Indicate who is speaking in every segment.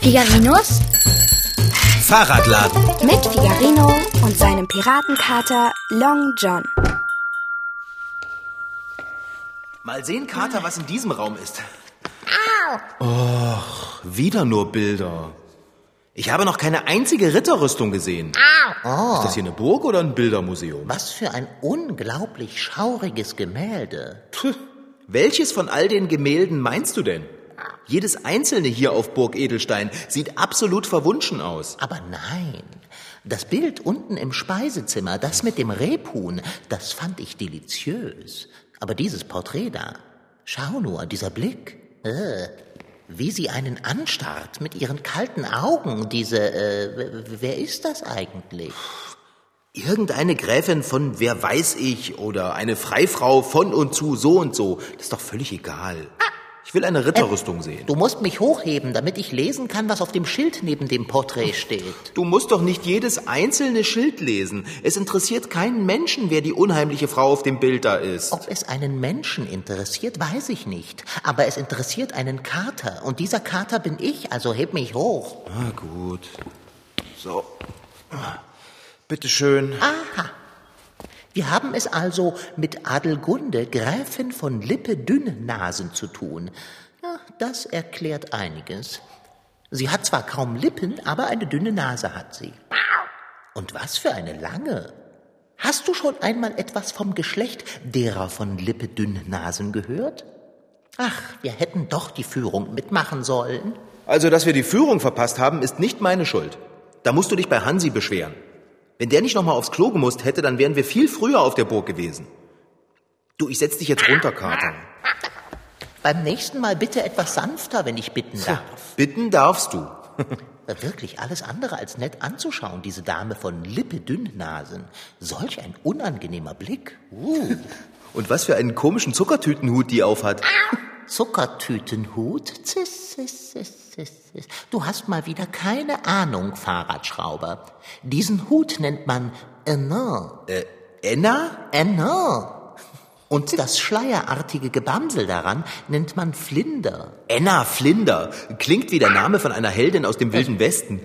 Speaker 1: Figarinos
Speaker 2: Fahrradladen.
Speaker 1: mit Figarino und seinem Piratenkater Long John.
Speaker 2: Mal sehen, Kater, was in diesem Raum ist. Au! Och, wieder nur Bilder. Ich habe noch keine einzige Ritterrüstung gesehen. Au! Ist das hier eine Burg oder ein Bildermuseum?
Speaker 3: Was für ein unglaublich schauriges Gemälde.
Speaker 2: Puh, Welches von all den Gemälden meinst du denn? Jedes einzelne hier auf Burg Edelstein sieht absolut verwunschen aus.
Speaker 3: Aber nein, das Bild unten im Speisezimmer, das mit dem Rebhuhn, das fand ich deliziös. Aber dieses Porträt da, schau nur, dieser Blick, äh, wie sie einen anstarrt mit ihren kalten Augen, diese, äh, w- w- wer ist das eigentlich?
Speaker 2: Irgendeine Gräfin von wer weiß ich oder eine Freifrau von und zu so und so. Das ist doch völlig egal. Ich will eine Ritterrüstung sehen.
Speaker 3: Du musst mich hochheben, damit ich lesen kann, was auf dem Schild neben dem Porträt steht.
Speaker 2: Du musst doch nicht jedes einzelne Schild lesen. Es interessiert keinen Menschen, wer die unheimliche Frau auf dem Bild da ist.
Speaker 3: Ob es einen Menschen interessiert, weiß ich nicht. Aber es interessiert einen Kater. Und dieser Kater bin ich, also heb mich hoch.
Speaker 2: Na Ah, gut. So. Bitte schön.
Speaker 3: Wir haben es also mit Adelgunde, Gräfin von Lippe-Dünnnasen, zu tun. Ja, das erklärt einiges. Sie hat zwar kaum Lippen, aber eine dünne Nase hat sie. Und was für eine lange. Hast du schon einmal etwas vom Geschlecht derer von Lippe-Dünnnasen gehört? Ach, wir hätten doch die Führung mitmachen sollen.
Speaker 2: Also, dass wir die Führung verpasst haben, ist nicht meine Schuld. Da musst du dich bei Hansi beschweren. Wenn der nicht nochmal aufs Klo gemusst hätte, dann wären wir viel früher auf der Burg gewesen. Du, ich setz dich jetzt runter, Kater.
Speaker 3: Beim nächsten Mal bitte etwas sanfter, wenn ich bitten darf. Äh,
Speaker 2: Bitten darfst du.
Speaker 3: Wirklich alles andere als nett anzuschauen, diese Dame von Lippe Dünnnasen. Solch ein unangenehmer Blick. Uh.
Speaker 2: Und was für einen komischen Zuckertütenhut die aufhat.
Speaker 3: Zuckertütenhut. Ziss, ziss, ziss, ziss, ziss. Du hast mal wieder keine Ahnung, Fahrradschrauber. Diesen Hut nennt man Enorm.
Speaker 2: Äh, Enna?
Speaker 3: Enorm. Und das schleierartige Gebamsel daran nennt man Flinder.
Speaker 2: Enna Flinder. Klingt wie der Name von einer Heldin aus dem Wilden Westen.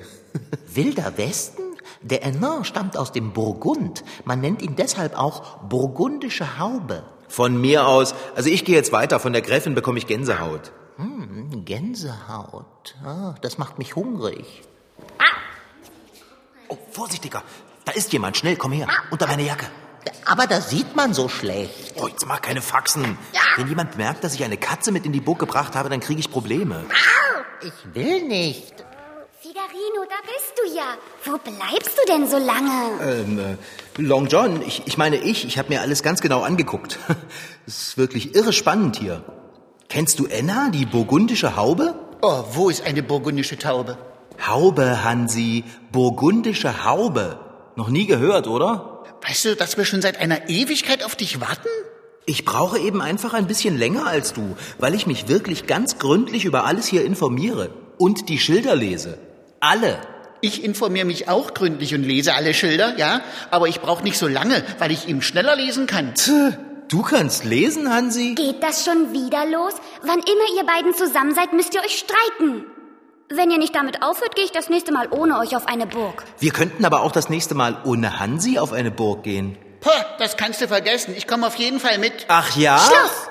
Speaker 3: Wilder Westen? Der Enorm stammt aus dem Burgund. Man nennt ihn deshalb auch burgundische Haube.
Speaker 2: Von mir aus. Also ich gehe jetzt weiter. Von der Gräfin bekomme ich Gänsehaut.
Speaker 3: Gänsehaut. Ah, das macht mich hungrig.
Speaker 2: Oh, vorsichtiger. Da ist jemand. Schnell, komm her. Unter meine Jacke.
Speaker 3: Aber das sieht man so schlecht.
Speaker 2: Oh, jetzt mach keine Faxen. Wenn jemand merkt, dass ich eine Katze mit in die Burg gebracht habe, dann kriege ich Probleme.
Speaker 3: Ich will nicht.
Speaker 4: Figarino, da bist du ja. Wo bleibst du denn so lange?
Speaker 2: Ähm, äh, Long John, ich, ich meine ich, ich habe mir alles ganz genau angeguckt. Es ist wirklich irre spannend hier. Kennst du Enna, die burgundische Haube?
Speaker 5: Oh, wo ist eine burgundische Taube?
Speaker 2: Haube, Hansi, burgundische Haube. Noch nie gehört, oder?
Speaker 5: Weißt du, dass wir schon seit einer Ewigkeit auf dich warten?
Speaker 2: Ich brauche eben einfach ein bisschen länger als du, weil ich mich wirklich ganz gründlich über alles hier informiere und die Schilder lese. Alle.
Speaker 5: Ich informiere mich auch gründlich und lese alle Schilder, ja? Aber ich brauche nicht so lange, weil ich ihm schneller lesen kann.
Speaker 2: Du kannst lesen, Hansi?
Speaker 4: Geht das schon wieder los? Wann immer ihr beiden zusammen seid, müsst ihr euch streiten. Wenn ihr nicht damit aufhört, gehe ich das nächste Mal ohne euch auf eine Burg.
Speaker 2: Wir könnten aber auch das nächste Mal ohne Hansi auf eine Burg gehen.
Speaker 5: Puh, das kannst du vergessen. Ich komme auf jeden Fall mit. Ah.
Speaker 2: Ach ja?
Speaker 4: Schluss!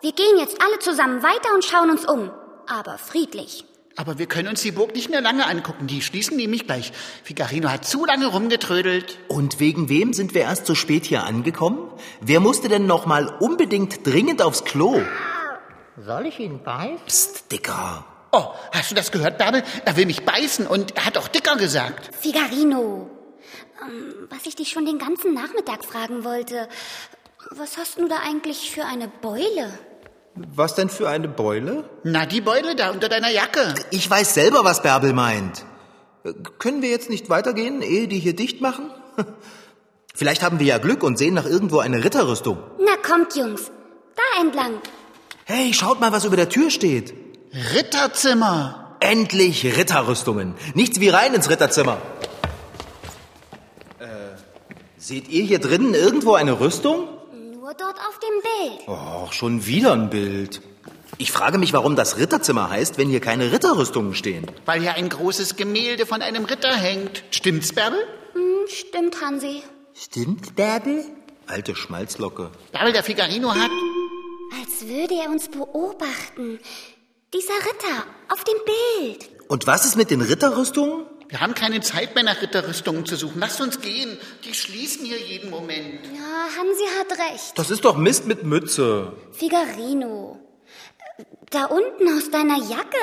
Speaker 4: Wir gehen jetzt alle zusammen weiter und schauen uns um. Aber friedlich.
Speaker 5: Aber wir können uns die Burg nicht mehr lange angucken. Die schließen nämlich gleich. Figarino hat zu lange rumgetrödelt.
Speaker 2: Und wegen wem sind wir erst so spät hier angekommen? Wer musste denn nochmal unbedingt dringend aufs Klo?
Speaker 3: Soll ich ihn beißen?
Speaker 2: Psst, Dicker.
Speaker 5: Oh, hast du das gehört, Bärbel? Er will mich beißen und er hat auch dicker gesagt.
Speaker 4: Figarino, ähm, was ich dich schon den ganzen Nachmittag fragen wollte. Was hast du da eigentlich für eine Beule?
Speaker 2: Was denn für eine Beule?
Speaker 5: Na, die Beule da unter deiner Jacke.
Speaker 2: Ich weiß selber, was Bärbel meint. Äh, Können wir jetzt nicht weitergehen, ehe die hier dicht machen? Vielleicht haben wir ja Glück und sehen nach irgendwo eine Ritterrüstung.
Speaker 4: Na kommt, Jungs. Da entlang.
Speaker 2: Hey, schaut mal, was über der Tür steht.
Speaker 5: Ritterzimmer.
Speaker 2: Endlich Ritterrüstungen. Nichts wie rein ins Ritterzimmer. Äh, seht ihr hier drinnen irgendwo eine Rüstung?
Speaker 4: Nur dort auf dem Bild.
Speaker 2: Och, schon wieder ein Bild. Ich frage mich, warum das Ritterzimmer heißt, wenn hier keine Ritterrüstungen stehen.
Speaker 5: weil hier ein großes Gemälde von einem Ritter hängt. Stimmt's, Bärbel?
Speaker 4: Hm, stimmt, Hansi.
Speaker 3: Stimmt, Bärbel?
Speaker 2: Alte Schmalzlocke.
Speaker 5: Bärbel, der Figarino hat...
Speaker 4: Als würde er uns beobachten. Dieser Ritter auf dem Bild.
Speaker 2: Und was ist mit den Ritterrüstungen?
Speaker 5: Wir haben keine Zeit mehr, nach Ritterrüstungen zu suchen. Lasst uns gehen. Die schließen hier jeden Moment.
Speaker 4: Ja, Hansi hat recht.
Speaker 2: Das ist doch Mist mit Mütze.
Speaker 4: Figarino. Da unten aus deiner Jacke,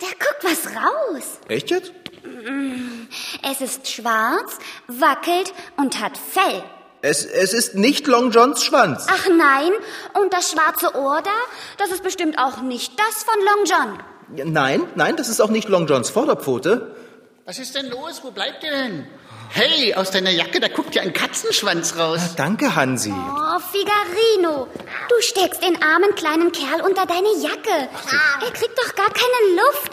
Speaker 4: da guckt was raus.
Speaker 2: Echt jetzt?
Speaker 4: Es ist schwarz, wackelt und hat Fell.
Speaker 2: Es, es ist nicht Long Johns Schwanz.
Speaker 4: Ach nein, und das schwarze Ohr da, das ist bestimmt auch nicht das von Long John.
Speaker 2: Nein, nein, das ist auch nicht Long Johns Vorderpfote.
Speaker 5: Was ist denn los? Wo bleibt ihr denn? Hey, aus deiner Jacke, da guckt ja ein Katzenschwanz raus.
Speaker 2: Danke, Hansi.
Speaker 4: Oh, Figarino, du steckst den armen kleinen Kerl unter deine Jacke. Er kriegt doch gar keine Luft.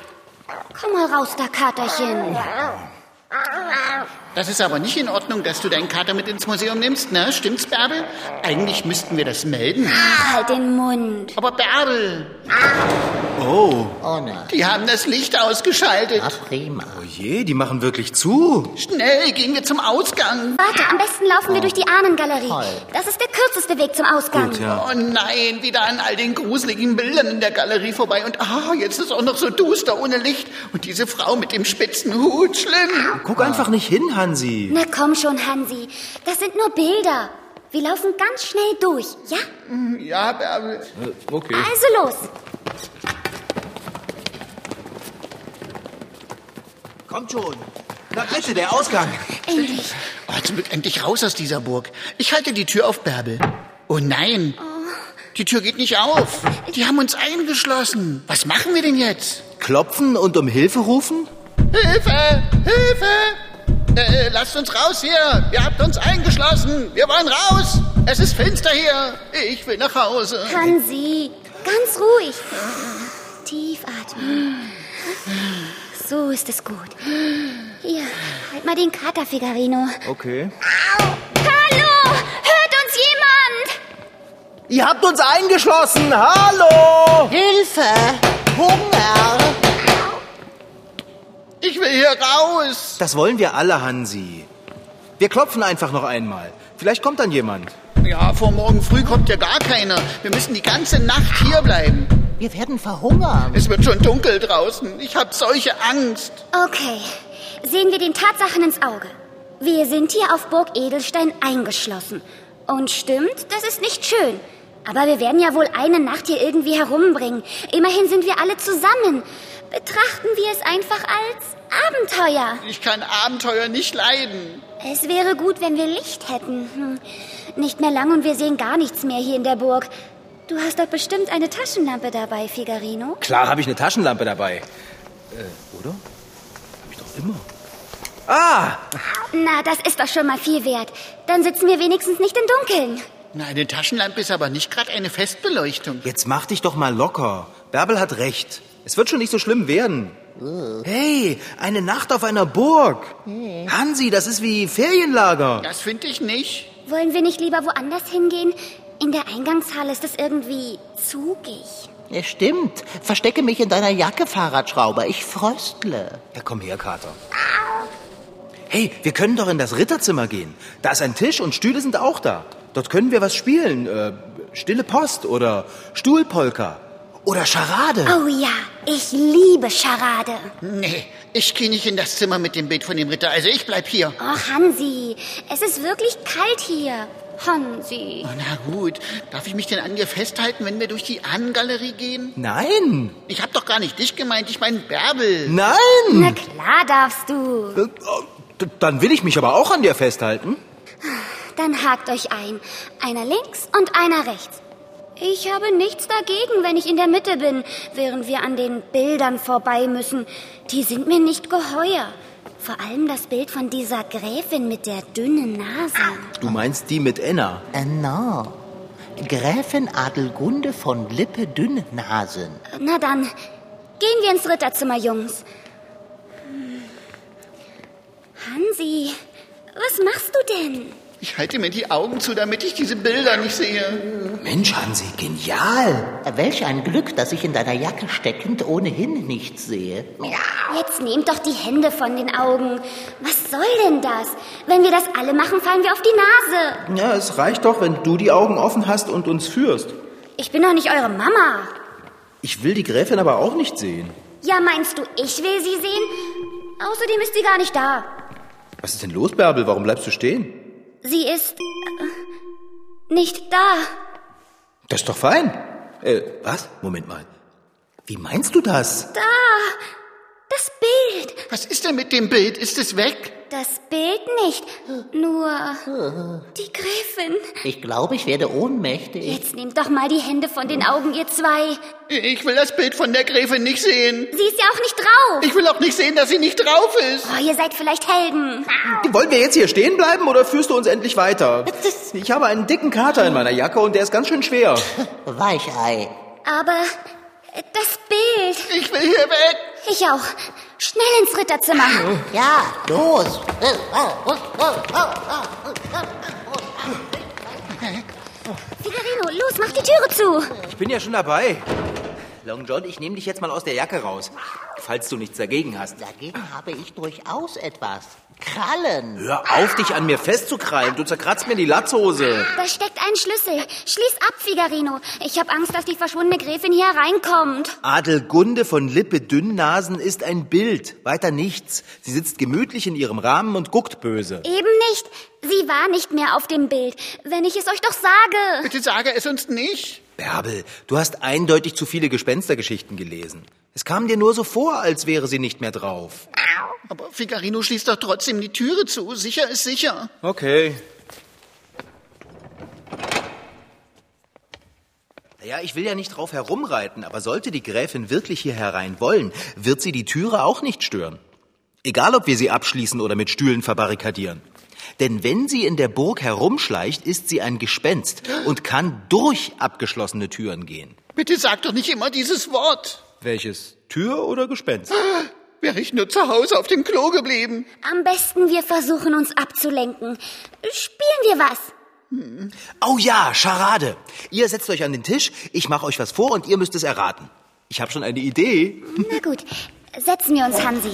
Speaker 4: Komm mal raus da, Katerchen.
Speaker 5: Das ist aber nicht in Ordnung, dass du deinen Kater mit ins Museum nimmst, ne? Stimmt's, Bärbel? Eigentlich müssten wir das melden.
Speaker 4: Ach, halt den Mund.
Speaker 5: Aber Bärbel,
Speaker 3: Oh na,
Speaker 5: die haben das Licht ausgeschaltet.
Speaker 3: na prima.
Speaker 2: Oh je, die machen wirklich zu.
Speaker 5: Schnell, gehen wir zum Ausgang.
Speaker 4: Warte, am besten laufen wir durch die Ahnengalerie. Das ist der kürzeste Weg zum Ausgang.
Speaker 2: Gut, ja.
Speaker 5: Oh nein, wieder an all den gruseligen Bildern in der Galerie vorbei. Und ah, jetzt ist auch noch so duster ohne Licht. Und diese Frau mit dem spitzen Hut, schlimm.
Speaker 2: Guck einfach nicht hin, Hansi.
Speaker 4: Na komm schon, Hansi. Das sind nur Bilder. Wir laufen ganz schnell durch, ja?
Speaker 2: Mhm.
Speaker 5: Ja, Bärbel.
Speaker 2: Okay.
Speaker 4: Also los.
Speaker 2: Kommt Ah, schon. Na bitte, der Ausgang.
Speaker 4: Endlich.
Speaker 5: Oh, jetzt wird endlich raus aus dieser Burg. Ich halte die Tür auf, Bärbel. Oh nein. Die Tür geht nicht auf. Die haben uns eingeschlossen. Was machen wir denn jetzt?
Speaker 2: Klopfen und um Hilfe rufen?
Speaker 5: Hilfe! Hilfe! Äh, lasst uns raus hier! Ihr habt uns eingeschlossen! Wir wollen raus! Es ist finster hier! Ich will nach Hause!
Speaker 4: Hansi, ganz ruhig. Tief atmen. So ist es gut. Hier, halt mal den Kater, Figarino.
Speaker 2: Okay.
Speaker 4: Hallo! Hört uns jemand?
Speaker 2: Ihr habt uns eingeschlossen. Hallo!
Speaker 3: Hilfe! Hunger!
Speaker 5: Ich will hier raus!
Speaker 2: Das wollen wir alle, Hansi. Wir klopfen einfach noch einmal. Vielleicht kommt dann jemand.
Speaker 5: Ja, vor morgen früh kommt ja gar keiner. Wir müssen die ganze Nacht hier bleiben.
Speaker 3: Wir werden verhungern.
Speaker 5: Es wird schon dunkel draußen. Ich hab solche Angst.
Speaker 4: Okay, sehen wir den Tatsachen ins Auge. Wir sind hier auf Burg Edelstein eingeschlossen. Und stimmt, das ist nicht schön. Aber wir werden ja wohl eine Nacht hier irgendwie herumbringen. Immerhin sind wir alle zusammen. Betrachten wir es einfach als Abenteuer.
Speaker 5: Ich kann Abenteuer nicht leiden.
Speaker 4: Es wäre gut, wenn wir Licht hätten. Hm. Nicht mehr lang und wir sehen gar nichts mehr hier in der Burg. Du hast doch bestimmt eine Taschenlampe dabei, Figarino.
Speaker 2: Klar habe ich eine Taschenlampe dabei. Äh, oder? Hab ich doch immer. Ah!
Speaker 4: Na, das ist doch schon mal viel wert. Dann sitzen wir wenigstens nicht im Dunkeln.
Speaker 5: Na, eine Taschenlampe ist aber nicht gerade eine Festbeleuchtung.
Speaker 2: Jetzt mach dich doch mal locker. Bärbel hat recht. Es wird schon nicht so schlimm werden. Hey, eine Nacht auf einer Burg. Hansi, das ist wie Ferienlager.
Speaker 5: Das finde ich nicht.
Speaker 4: Wollen wir nicht lieber woanders hingehen? In der Eingangshalle ist es irgendwie zugig.
Speaker 3: Ja, stimmt. Verstecke mich in deiner Jacke, Fahrradschrauber. Ich fröstle.
Speaker 2: Ja, komm her, Kater. Hey, wir können doch in das Ritterzimmer gehen. Da ist ein Tisch und Stühle sind auch da. Dort können wir was spielen. Äh, Stille Post oder Stuhlpolka oder Charade.
Speaker 4: Oh ja, ich liebe Charade.
Speaker 5: Nee, ich gehe nicht in das Zimmer mit dem Bild von dem Ritter. Also ich bleib hier.
Speaker 4: Och, Oh, Hansi, es ist wirklich kalt hier. Hansi.
Speaker 5: Oh, na gut. Darf ich mich denn an dir festhalten, wenn wir durch die Ahnengalerie gehen?
Speaker 2: Nein,
Speaker 5: Ich hab doch gar nicht dich gemeint. Ich meine Bärbel.
Speaker 2: nein.
Speaker 4: Na klar darfst du.
Speaker 2: Äh, oh, d- Dann will ich mich aber auch an dir festhalten.
Speaker 4: Dann hakt euch ein. Einer links und einer rechts. Ich habe nichts dagegen, wenn ich in der Mitte bin, während wir an den Bildern vorbei müssen. Die sind mir nicht geheuer. Vor allem das Bild von dieser Gräfin mit der dünnen Nase.
Speaker 2: Du meinst die mit Enna.
Speaker 3: Äh, na. Gräfin Adelgunde von Lippe Dünnnasen.
Speaker 4: Na dann, gehen wir ins Ritterzimmer, Jungs. Hm. Hansi, was machst du denn?
Speaker 5: Ich halte mir die Augen zu, damit ich diese Bilder nicht sehe.
Speaker 2: Mensch, Hansi, genial.
Speaker 3: Welch ein Glück, dass ich in deiner Jacke steckend ohnehin nichts sehe.
Speaker 4: Jetzt nehmt doch die Hände von den Augen. Was soll denn das? Wenn wir das alle machen, fallen wir auf die Nase.
Speaker 2: Ja, es reicht doch, wenn du die Augen offen hast und uns führst.
Speaker 4: Ich bin doch nicht eure Mama.
Speaker 2: Ich will die Gräfin aber auch nicht sehen.
Speaker 4: Ja, meinst du, ich will sie sehen? Außerdem ist sie gar nicht da.
Speaker 2: Was ist denn los, Bärbel? Warum bleibst du stehen?
Speaker 4: Sie ist äh, nicht da.
Speaker 2: Das ist doch fein. Äh, was? Moment mal. Wie meinst du das?
Speaker 4: Das Bild.
Speaker 5: Was ist denn mit dem Bild? Ist es weg?
Speaker 4: Das Bild nicht. Nur die Gräfin.
Speaker 3: Ich glaube, ich werde ohnmächtig.
Speaker 4: Jetzt nehmt doch mal die Hände von den Augen, ihr zwei.
Speaker 5: Ich will das Bild von der Gräfin nicht sehen.
Speaker 4: Sie ist ja auch nicht drauf.
Speaker 5: Ich will auch nicht sehen, dass sie nicht drauf ist.
Speaker 4: Oh, ihr seid vielleicht Helden.
Speaker 2: Wollen wir jetzt hier stehen bleiben oder führst du uns endlich weiter? Ich habe einen dicken Kater in meiner Jacke und der ist ganz schön schwer.
Speaker 3: Weichei.
Speaker 4: Aber äh, das Bild.
Speaker 5: Ich will hier weg.
Speaker 4: Ich auch. Schnell ins Ritterzimmer.
Speaker 3: Ja, los.
Speaker 4: Figarino, los, mach die Türe zu.
Speaker 2: Ich bin ja schon dabei. Long John, ich nehme dich jetzt mal aus der Jacke raus. Falls du nichts dagegen hast.
Speaker 3: Dagegen habe ich durchaus etwas. Krallen.
Speaker 2: Hör auf, dich an mir festzukrallen. Du zerkratzt mir die Latzhose.
Speaker 4: Da steckt ein Schlüssel. Schließ ab, Figarino. Ich habe Angst, dass die verschwundene Gräfin hier hereinkommt.
Speaker 2: Adelgunde von Lippe Dünnnasen ist ein Bild, weiter nichts. Sie sitzt gemütlich in ihrem Rahmen und guckt böse.
Speaker 4: Eben nicht. Sie war nicht mehr auf dem Bild. Wenn ich es euch doch sage.
Speaker 5: Bitte sage es uns nicht.
Speaker 2: Bärbel, du hast eindeutig zu viele Gespenstergeschichten gelesen. Es kam dir nur so vor, als wäre sie nicht mehr drauf.
Speaker 5: Aber Figarino schließt doch trotzdem die Türe zu. Sicher ist sicher.
Speaker 2: Okay. Ja, ich will ja nicht drauf herumreiten, aber sollte die Gräfin wirklich hier herein wollen, wird sie die Türe auch nicht stören. Egal, ob wir sie abschließen oder mit Stühlen verbarrikadieren. Denn wenn sie in der Burg herumschleicht, ist sie ein Gespenst und kann durch abgeschlossene Türen gehen.
Speaker 5: Bitte sag doch nicht immer dieses Wort.
Speaker 2: Welches? Tür oder Gespenst?
Speaker 5: Wäre ich nur zu Hause auf dem Klo geblieben.
Speaker 4: Am besten wir versuchen uns abzulenken. Spielen wir was.
Speaker 2: Oh ja, Scharade. Ihr setzt euch an den Tisch, ich mache euch was vor und ihr müsst es erraten. Ich habe schon eine Idee.
Speaker 4: Na gut, setzen wir uns, Hansi.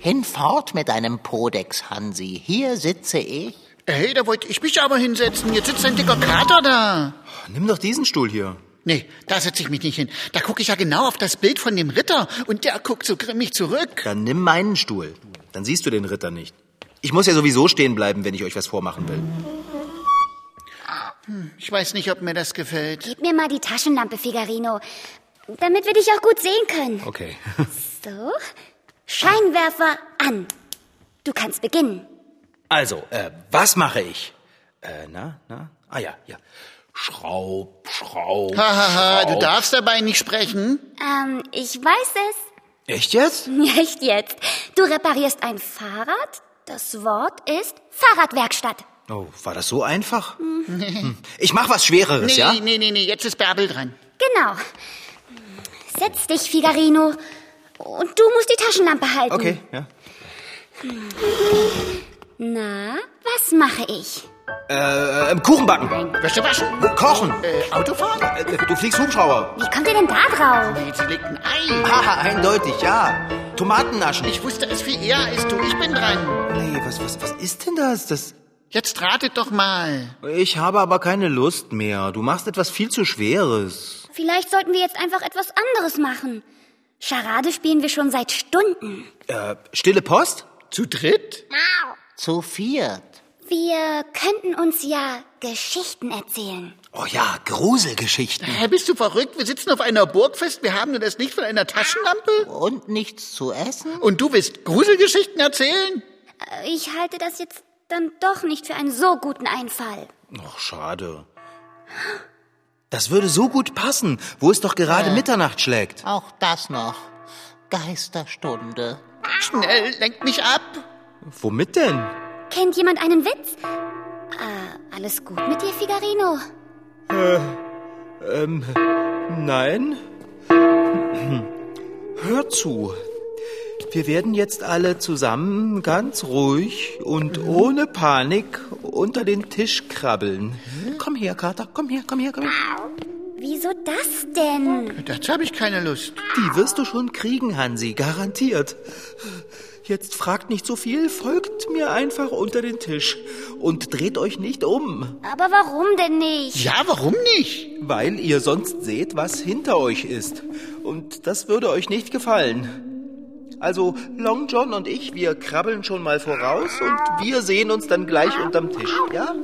Speaker 3: Hinfort mit deinem Podex, Hansi. Hier sitze ich.
Speaker 5: Hey, da wollte ich mich aber hinsetzen. Jetzt sitzt ein dicker Kater da.
Speaker 2: Nimm doch diesen Stuhl hier.
Speaker 5: Nee, da setze ich mich nicht hin. Da gucke ich ja genau auf das Bild von dem Ritter und der guckt so grimmig zurück.
Speaker 2: Dann nimm meinen Stuhl. Dann siehst du den Ritter nicht. Ich muss ja sowieso stehen bleiben, wenn ich euch was vormachen will.
Speaker 5: Ich weiß nicht, ob mir das gefällt.
Speaker 4: Gib mir mal die Taschenlampe, Figarino. Damit wir dich auch gut sehen können.
Speaker 2: Okay.
Speaker 4: So. Scheinwerfer an. Du kannst beginnen.
Speaker 2: Also, äh, was mache ich? Äh, na, na? Ah ja, ja. Schraub, Schraub.
Speaker 5: Hahaha, Äh, du
Speaker 2: Schraub.
Speaker 5: darfst dabei nicht sprechen.
Speaker 4: Ähm, ich weiß es.
Speaker 2: Echt jetzt?
Speaker 4: Echt jetzt. Du reparierst ein Fahrrad. Das Wort ist Fahrradwerkstatt.
Speaker 2: Oh, war das so einfach? Hm. Ich mach was Schwereres,
Speaker 5: Nee,
Speaker 2: ja?
Speaker 5: nee, nee, nee, jetzt ist Bärbel dran.
Speaker 4: Genau. Setz dich, Figarino. Und du musst die Taschenlampe halten.
Speaker 2: Okay, ja.
Speaker 4: Na, was mache ich?
Speaker 2: Äh, ähm, Kuchen backen.
Speaker 5: Wäsche waschen.
Speaker 2: Kochen.
Speaker 5: Äh, Autofahren?
Speaker 2: Äh, du fliegst Hubschrauber.
Speaker 4: Wie kommt ihr denn da drauf?
Speaker 5: Nee, sie legt ein Ei.
Speaker 2: Haha, eindeutig, ja. Tomaten naschen. Ich,
Speaker 5: Ich wusste es viel eher als du. Ich bin dran.
Speaker 2: nee, was, was, was ist denn das? das?
Speaker 5: Jetzt ratet doch mal.
Speaker 2: Ich habe aber keine Lust mehr. Du machst etwas viel zu Schweres.
Speaker 4: Vielleicht sollten wir jetzt einfach etwas anderes machen. Charade spielen wir schon seit Stunden.
Speaker 2: Äh, stille Post?
Speaker 5: Zu dritt?
Speaker 3: Zu viert.
Speaker 4: Wir könnten uns ja Geschichten erzählen.
Speaker 2: Oh ja, Gruselgeschichten.
Speaker 5: Hä, bist du verrückt? Wir sitzen auf einer Burg fest. Wir haben nur das Licht von einer Taschenlampe.
Speaker 3: Und nichts zu essen?
Speaker 5: Und du willst Gruselgeschichten erzählen?
Speaker 4: Äh, Ich halte das jetzt dann doch nicht für einen so guten Einfall.
Speaker 2: Ach, schade. Das würde so gut passen, wo es doch gerade Mitternacht schlägt.
Speaker 3: Auch das noch. Geisterstunde.
Speaker 5: Schnell, lenk mich ab.
Speaker 2: Womit denn?
Speaker 4: Kennt jemand einen Witz? Äh, alles gut mit dir, Figarino?
Speaker 2: Ähm, Nein. Hör zu. Wir werden jetzt alle zusammen ganz ruhig und ohne Panik unter den Tisch krabbeln. Komm her, Kater, komm her, komm her, komm her.
Speaker 4: Wieso das denn?
Speaker 5: Dazu habe ich keine Lust.
Speaker 2: Die wirst du schon kriegen, Hansi, garantiert. Jetzt fragt nicht so viel, folgt mir einfach unter den Tisch und dreht euch nicht um,
Speaker 4: Aber warum denn nicht?
Speaker 5: Ja, warum nicht?
Speaker 2: weil ihr sonst seht, was hinter euch ist. Und das würde euch nicht gefallen. Also Long John und ich, wir krabbeln schon mal voraus und wir sehen uns dann gleich unterm Tisch, ja?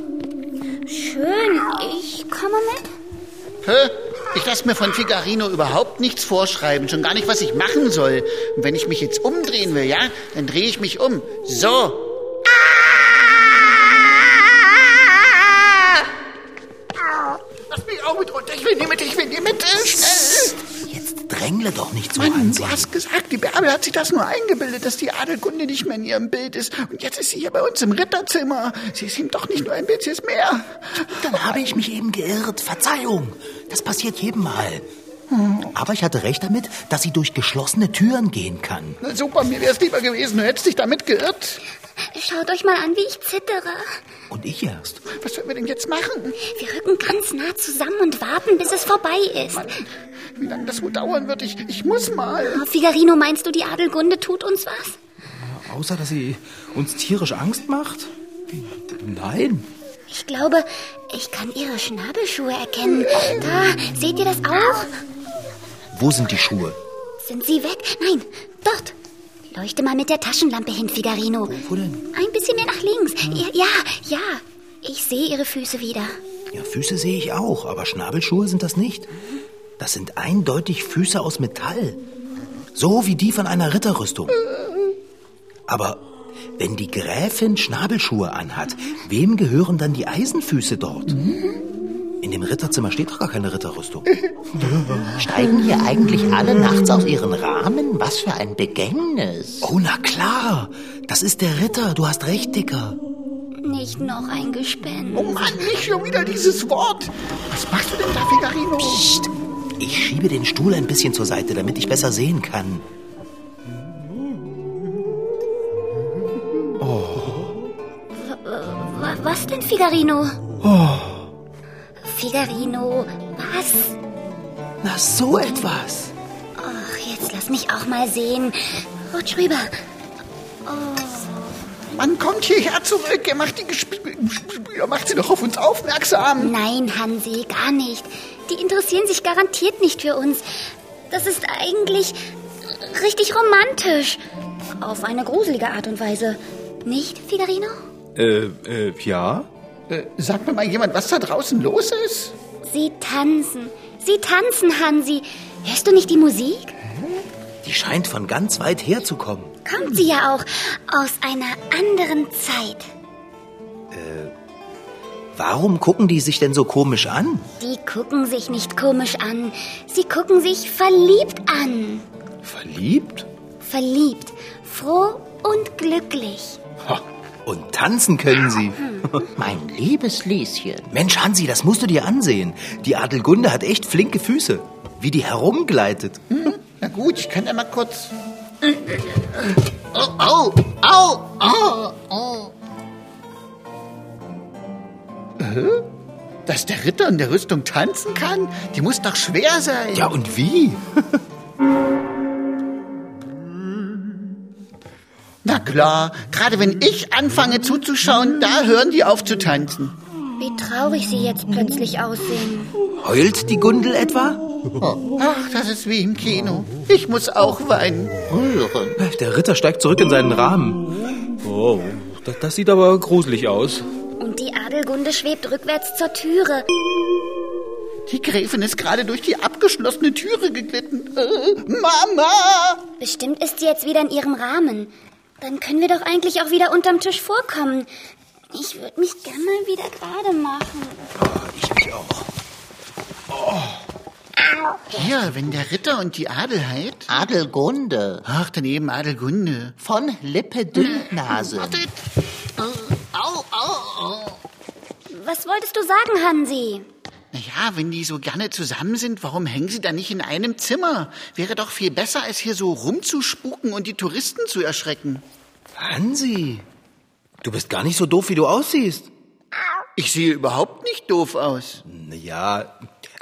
Speaker 4: Schön, ich komme mit.
Speaker 5: Hä? Ich lasse mir von Figarino überhaupt nichts vorschreiben, schon gar nicht, was ich machen soll. Und wenn ich mich jetzt umdrehen will, ja, dann drehe ich mich um. So. Lass mich auch mit runter. Ich will nie mit, ich will nie mit. Äh, Schnell.
Speaker 3: Drängle doch nicht so,
Speaker 5: Mann,
Speaker 3: Hansi.
Speaker 5: du hast gesagt, die Bärbel hat sich das nur eingebildet, dass die Adelgunde nicht mehr in ihrem Bild ist. Und jetzt ist sie hier bei uns im Ritterzimmer. Sie ist ihm doch nicht nur ein Bild, sie ist mehr.
Speaker 3: Dann habe ich mich eben geirrt. Verzeihung. Das passiert jedem mal. Hm. Aber ich hatte recht damit, dass sie durch geschlossene Türen gehen kann.
Speaker 5: Na super, mir wär's lieber gewesen, du hättest dich damit geirrt.
Speaker 4: Schaut euch mal an, wie ich zittere.
Speaker 3: Und ich erst.
Speaker 5: Was sollen wir denn jetzt machen?
Speaker 4: Wir rücken ganz nah zusammen und warten, bis es vorbei ist.
Speaker 5: Wie lange das wohl dauern wird? Ich, ich muss mal.
Speaker 4: Oh, Figarino, meinst du, die Adelgunde tut uns was?
Speaker 2: Außer, dass sie uns tierisch Angst macht? Nein.
Speaker 4: Ich glaube, ich kann ihre Schnabelschuhe erkennen. Da, seht ihr das auch?
Speaker 2: Wo sind die Schuhe?
Speaker 4: Sind sie weg? Nein, dort. Leuchte mal mit der Taschenlampe hin, Figarino.
Speaker 2: Wo denn?
Speaker 4: Ein bisschen mehr nach links. Ja, ja, ja. Ich sehe ihre Füße wieder.
Speaker 2: Ja, Füße sehe ich auch, aber Schnabelschuhe sind das nicht. Das sind eindeutig Füße aus Metall. So wie die von einer Ritterrüstung. Aber wenn die Gräfin Schnabelschuhe anhat, wem gehören dann die Eisenfüße dort? In dem Ritterzimmer steht doch gar keine Ritterrüstung.
Speaker 3: Steigen hier eigentlich alle nachts aus ihren Rahmen? Was für ein Begängnis.
Speaker 2: Oh, na klar. Das ist der Ritter. Du hast recht, Dicker.
Speaker 4: Nicht noch ein Gespenst.
Speaker 5: Oh Mann, nicht schon wieder dieses Wort. Was machst du denn da, Figarino?
Speaker 2: Ich schiebe den Stuhl ein bisschen zur Seite, damit ich besser sehen kann.
Speaker 4: Wa- Was denn, Figarino?
Speaker 2: Oh.
Speaker 4: Figarino, was?
Speaker 2: Na, so etwas.
Speaker 4: Ach, jetzt lass mich auch mal sehen. Rutsch rüber.
Speaker 5: Mann, kommt hierher zurück. Er macht die Gespür, macht sie doch auf uns aufmerksam.
Speaker 4: Nein, Hansi, gar nicht. Die interessieren sich garantiert nicht für uns. Das ist eigentlich richtig romantisch. Auf eine gruselige Art und Weise. Nicht, Figarino?
Speaker 2: Äh, äh, ja?
Speaker 5: Äh, sagt mir mal jemand, was da draußen los ist?
Speaker 4: Sie tanzen. Sie tanzen, Hansi. Hörst du nicht die Musik?
Speaker 2: Die scheint von ganz weit her zu kommen.
Speaker 4: Kommt sie ja auch aus einer anderen Zeit.
Speaker 2: Warum gucken die sich denn so komisch an?
Speaker 4: Die gucken sich nicht komisch an. Sie gucken sich verliebt an.
Speaker 2: Verliebt?
Speaker 4: Verliebt, froh und glücklich.
Speaker 2: Ha. Und tanzen können sie.
Speaker 3: Mein liebes Lieschen.
Speaker 2: Mensch, Hansi, das musst du dir ansehen. Die Adelgunde hat echt flinke Füße. Wie die herumgleitet.
Speaker 5: Na gut, ich kann ja mal kurz. Oh, oh, oh, oh, oh. Äh? Dass der Ritter in der Rüstung tanzen kann? Die muss doch schwer sein.
Speaker 2: Ja, und wie?
Speaker 5: Na klar, gerade wenn ich anfange zuzuschauen, da hören die auf zu tanzen.
Speaker 4: Wie traurig sie jetzt plötzlich aussehen.
Speaker 2: Heult die Gundel etwa?
Speaker 5: Ach, das ist wie im Kino. Ich muss auch weinen. Rühren.
Speaker 2: Der Ritter steigt zurück in seinen Rahmen. Oh, das, sieht aber gruselig aus.
Speaker 4: Und die Adelgunde schwebt rückwärts zur Türe.
Speaker 5: Die Gräfin ist gerade durch die abgeschlossene Türe geglitten. Äh, Mama!
Speaker 4: Bestimmt ist sie jetzt wieder in ihrem Rahmen. Dann können wir doch eigentlich auch wieder unterm Tisch vorkommen. Ich würde mich gerne mal wieder gerade machen.
Speaker 2: Ich mich auch.
Speaker 5: Hier, wenn der Ritter und die Adelheid.
Speaker 3: Adelgunde.
Speaker 5: Ach, daneben Adelgunde.
Speaker 3: Von Lippe Dünnnase.
Speaker 5: Wartet. Äh, au, au, au.
Speaker 4: Was wolltest du sagen, Hansi?
Speaker 5: Naja, wenn die so gerne zusammen sind, warum hängen sie dann nicht in einem Zimmer? Wäre doch viel besser, als hier so rumzuspuken und die Touristen zu erschrecken.
Speaker 2: Hansi, du bist gar nicht so doof, wie du aussiehst.
Speaker 5: Ich sehe überhaupt nicht doof aus.
Speaker 2: Naja,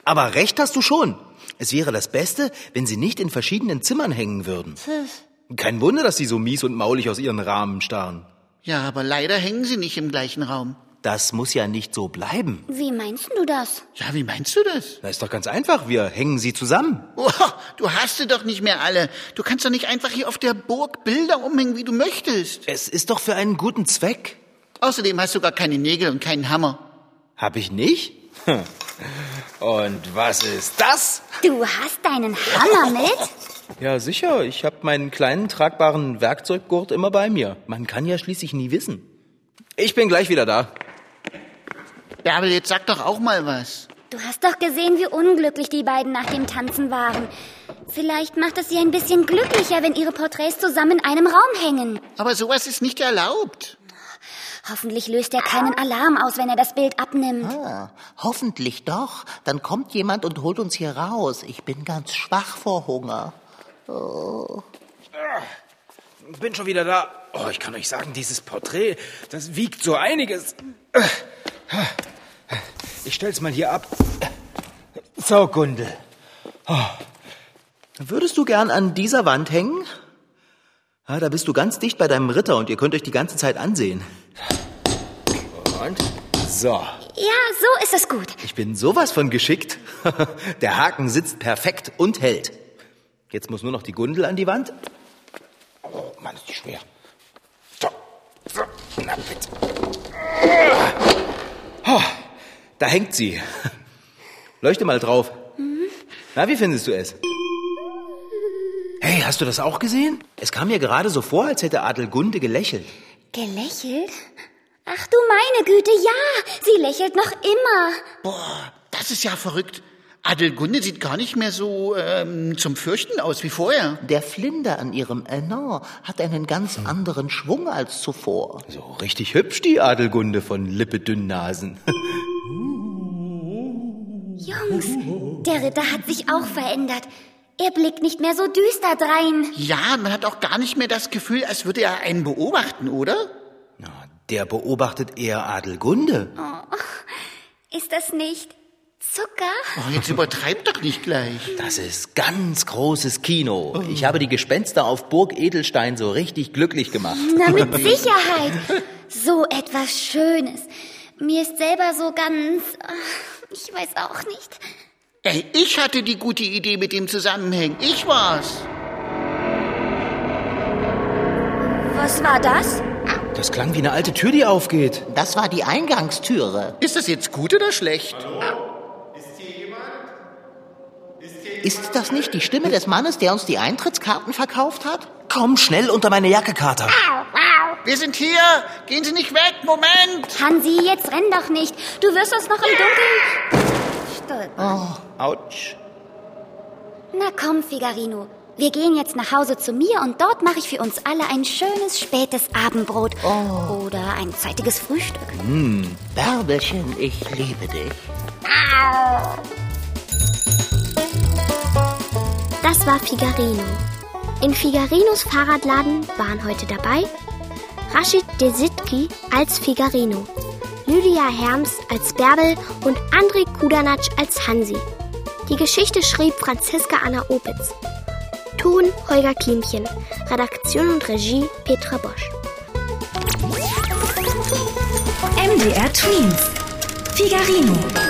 Speaker 2: aber recht hast du schon. Es wäre das Beste, wenn sie nicht in verschiedenen Zimmern hängen würden. Kein Wunder, dass sie so mies und maulig aus ihren Rahmen starren.
Speaker 5: Ja, aber leider hängen sie nicht im gleichen Raum.
Speaker 2: Das muss ja nicht so bleiben.
Speaker 4: Wie meinst du das?
Speaker 5: Ja, wie meinst du das?
Speaker 2: Das ist doch ganz einfach, wir hängen sie zusammen.
Speaker 5: Oh, du hast sie doch nicht mehr alle. Du kannst doch nicht einfach hier auf der Burg Bilder umhängen, wie du möchtest.
Speaker 2: Es ist doch für einen guten Zweck.
Speaker 5: Außerdem hast du gar keine Nägel und keinen Hammer.
Speaker 2: Hab ich nicht? Hm. Und was ist das?
Speaker 4: Du hast deinen Hammer mit?
Speaker 2: Ja, sicher, ich habe meinen kleinen tragbaren Werkzeuggurt immer bei mir. Man kann ja schließlich nie wissen. Ich bin gleich wieder da.
Speaker 5: Bärbel, jetzt sag doch auch mal was.
Speaker 4: Du hast doch gesehen, wie unglücklich die beiden nach dem Tanzen waren. Vielleicht macht es sie ein bisschen glücklicher, wenn ihre Porträts zusammen in einem Raum hängen.
Speaker 5: Aber sowas ist nicht erlaubt.
Speaker 4: Hoffentlich löst er keinen Alarm aus, wenn er das Bild abnimmt.
Speaker 3: Ah, hoffentlich doch. Dann kommt jemand und holt uns hier raus. Ich bin ganz schwach vor Hunger.
Speaker 6: Bin schon wieder da. Oh, ich kann euch sagen, dieses Porträt, das wiegt so einiges. Äh, Ich stell's mal hier ab. So, Gundel. Oh.
Speaker 2: Würdest du gern an dieser Wand hängen? Ah, da bist du ganz dicht bei deinem Ritter und ihr könnt euch die ganze Zeit ansehen.
Speaker 6: Und? So.
Speaker 4: Ja, so ist es gut.
Speaker 2: Ich bin sowas von geschickt. Der Haken sitzt perfekt und hält. Jetzt muss nur noch die Gundel an die Wand.
Speaker 6: Oh Mann, ist die schwer. So. So. Na bitte.
Speaker 2: Ah. Oh, Da hängt sie. Leuchte mal drauf. Na, wie findest du es? Hey, hast du das auch gesehen? Es kam mir gerade so vor, als hätte Adelgunde gelächelt.
Speaker 4: Gelächelt? Ach du meine Güte, ja, sie lächelt noch immer.
Speaker 5: Boah, das ist ja verrückt. Adelgunde sieht gar nicht mehr so ähm, zum Fürchten aus wie vorher.
Speaker 3: Der Flinder an ihrem Enor hat einen ganz anderen Schwung als zuvor.
Speaker 2: So richtig hübsch, die Adelgunde von Lippe Dünnnasen.
Speaker 4: Jungs, der Ritter hat sich auch verändert. Er blickt nicht mehr so düster drein.
Speaker 5: Ja, man hat auch gar nicht mehr das Gefühl, als würde er einen beobachten, oder?
Speaker 2: Na, der beobachtet eher Adelgunde.
Speaker 4: Ist das nicht Zucker?
Speaker 5: Oh, jetzt übertreib doch nicht gleich.
Speaker 2: Das ist ganz großes Kino. Ich habe die Gespenster auf Burg Edelstein so richtig glücklich gemacht.
Speaker 4: Na, mit Sicherheit. So etwas Schönes. Mir ist selber so ganz. ach, Ich weiß auch nicht.
Speaker 5: Ey, ich hatte die gute Idee mit dem Zusammenhängen. Ich war's.
Speaker 4: Was war das?
Speaker 2: Das klang wie eine alte Tür, die aufgeht.
Speaker 3: Das war die Eingangstüre.
Speaker 5: Ist das jetzt gut oder schlecht?
Speaker 3: Ist das nicht die Stimme des Mannes, der uns die Eintrittskarten verkauft hat?
Speaker 2: Komm schnell unter meine Jacke, Kater.
Speaker 5: Wir sind hier. Gehen Sie nicht weg. Moment.
Speaker 4: Hansi, jetzt renn doch nicht. Du wirst uns noch im Dunkeln. Stolpern.
Speaker 2: Autsch.
Speaker 4: Na komm, Figarino. Wir gehen jetzt nach Hause zu mir und dort mache ich für uns alle ein schönes spätes Abendbrot. Oder ein zeitiges Frühstück.
Speaker 3: Bärbelchen, ich liebe dich.
Speaker 7: Das war Figarino. In Figarinos Fahrradladen waren heute dabei Rashid Desitki als Figarino, Lydia Herms als Bärbel und André Kudanatsch als Hansi. Die Geschichte schrieb Franziska Anna Opitz. Ton Holger Klimchen, Redaktion und Regie Petra Bosch.
Speaker 8: MDR Twins. Figarino.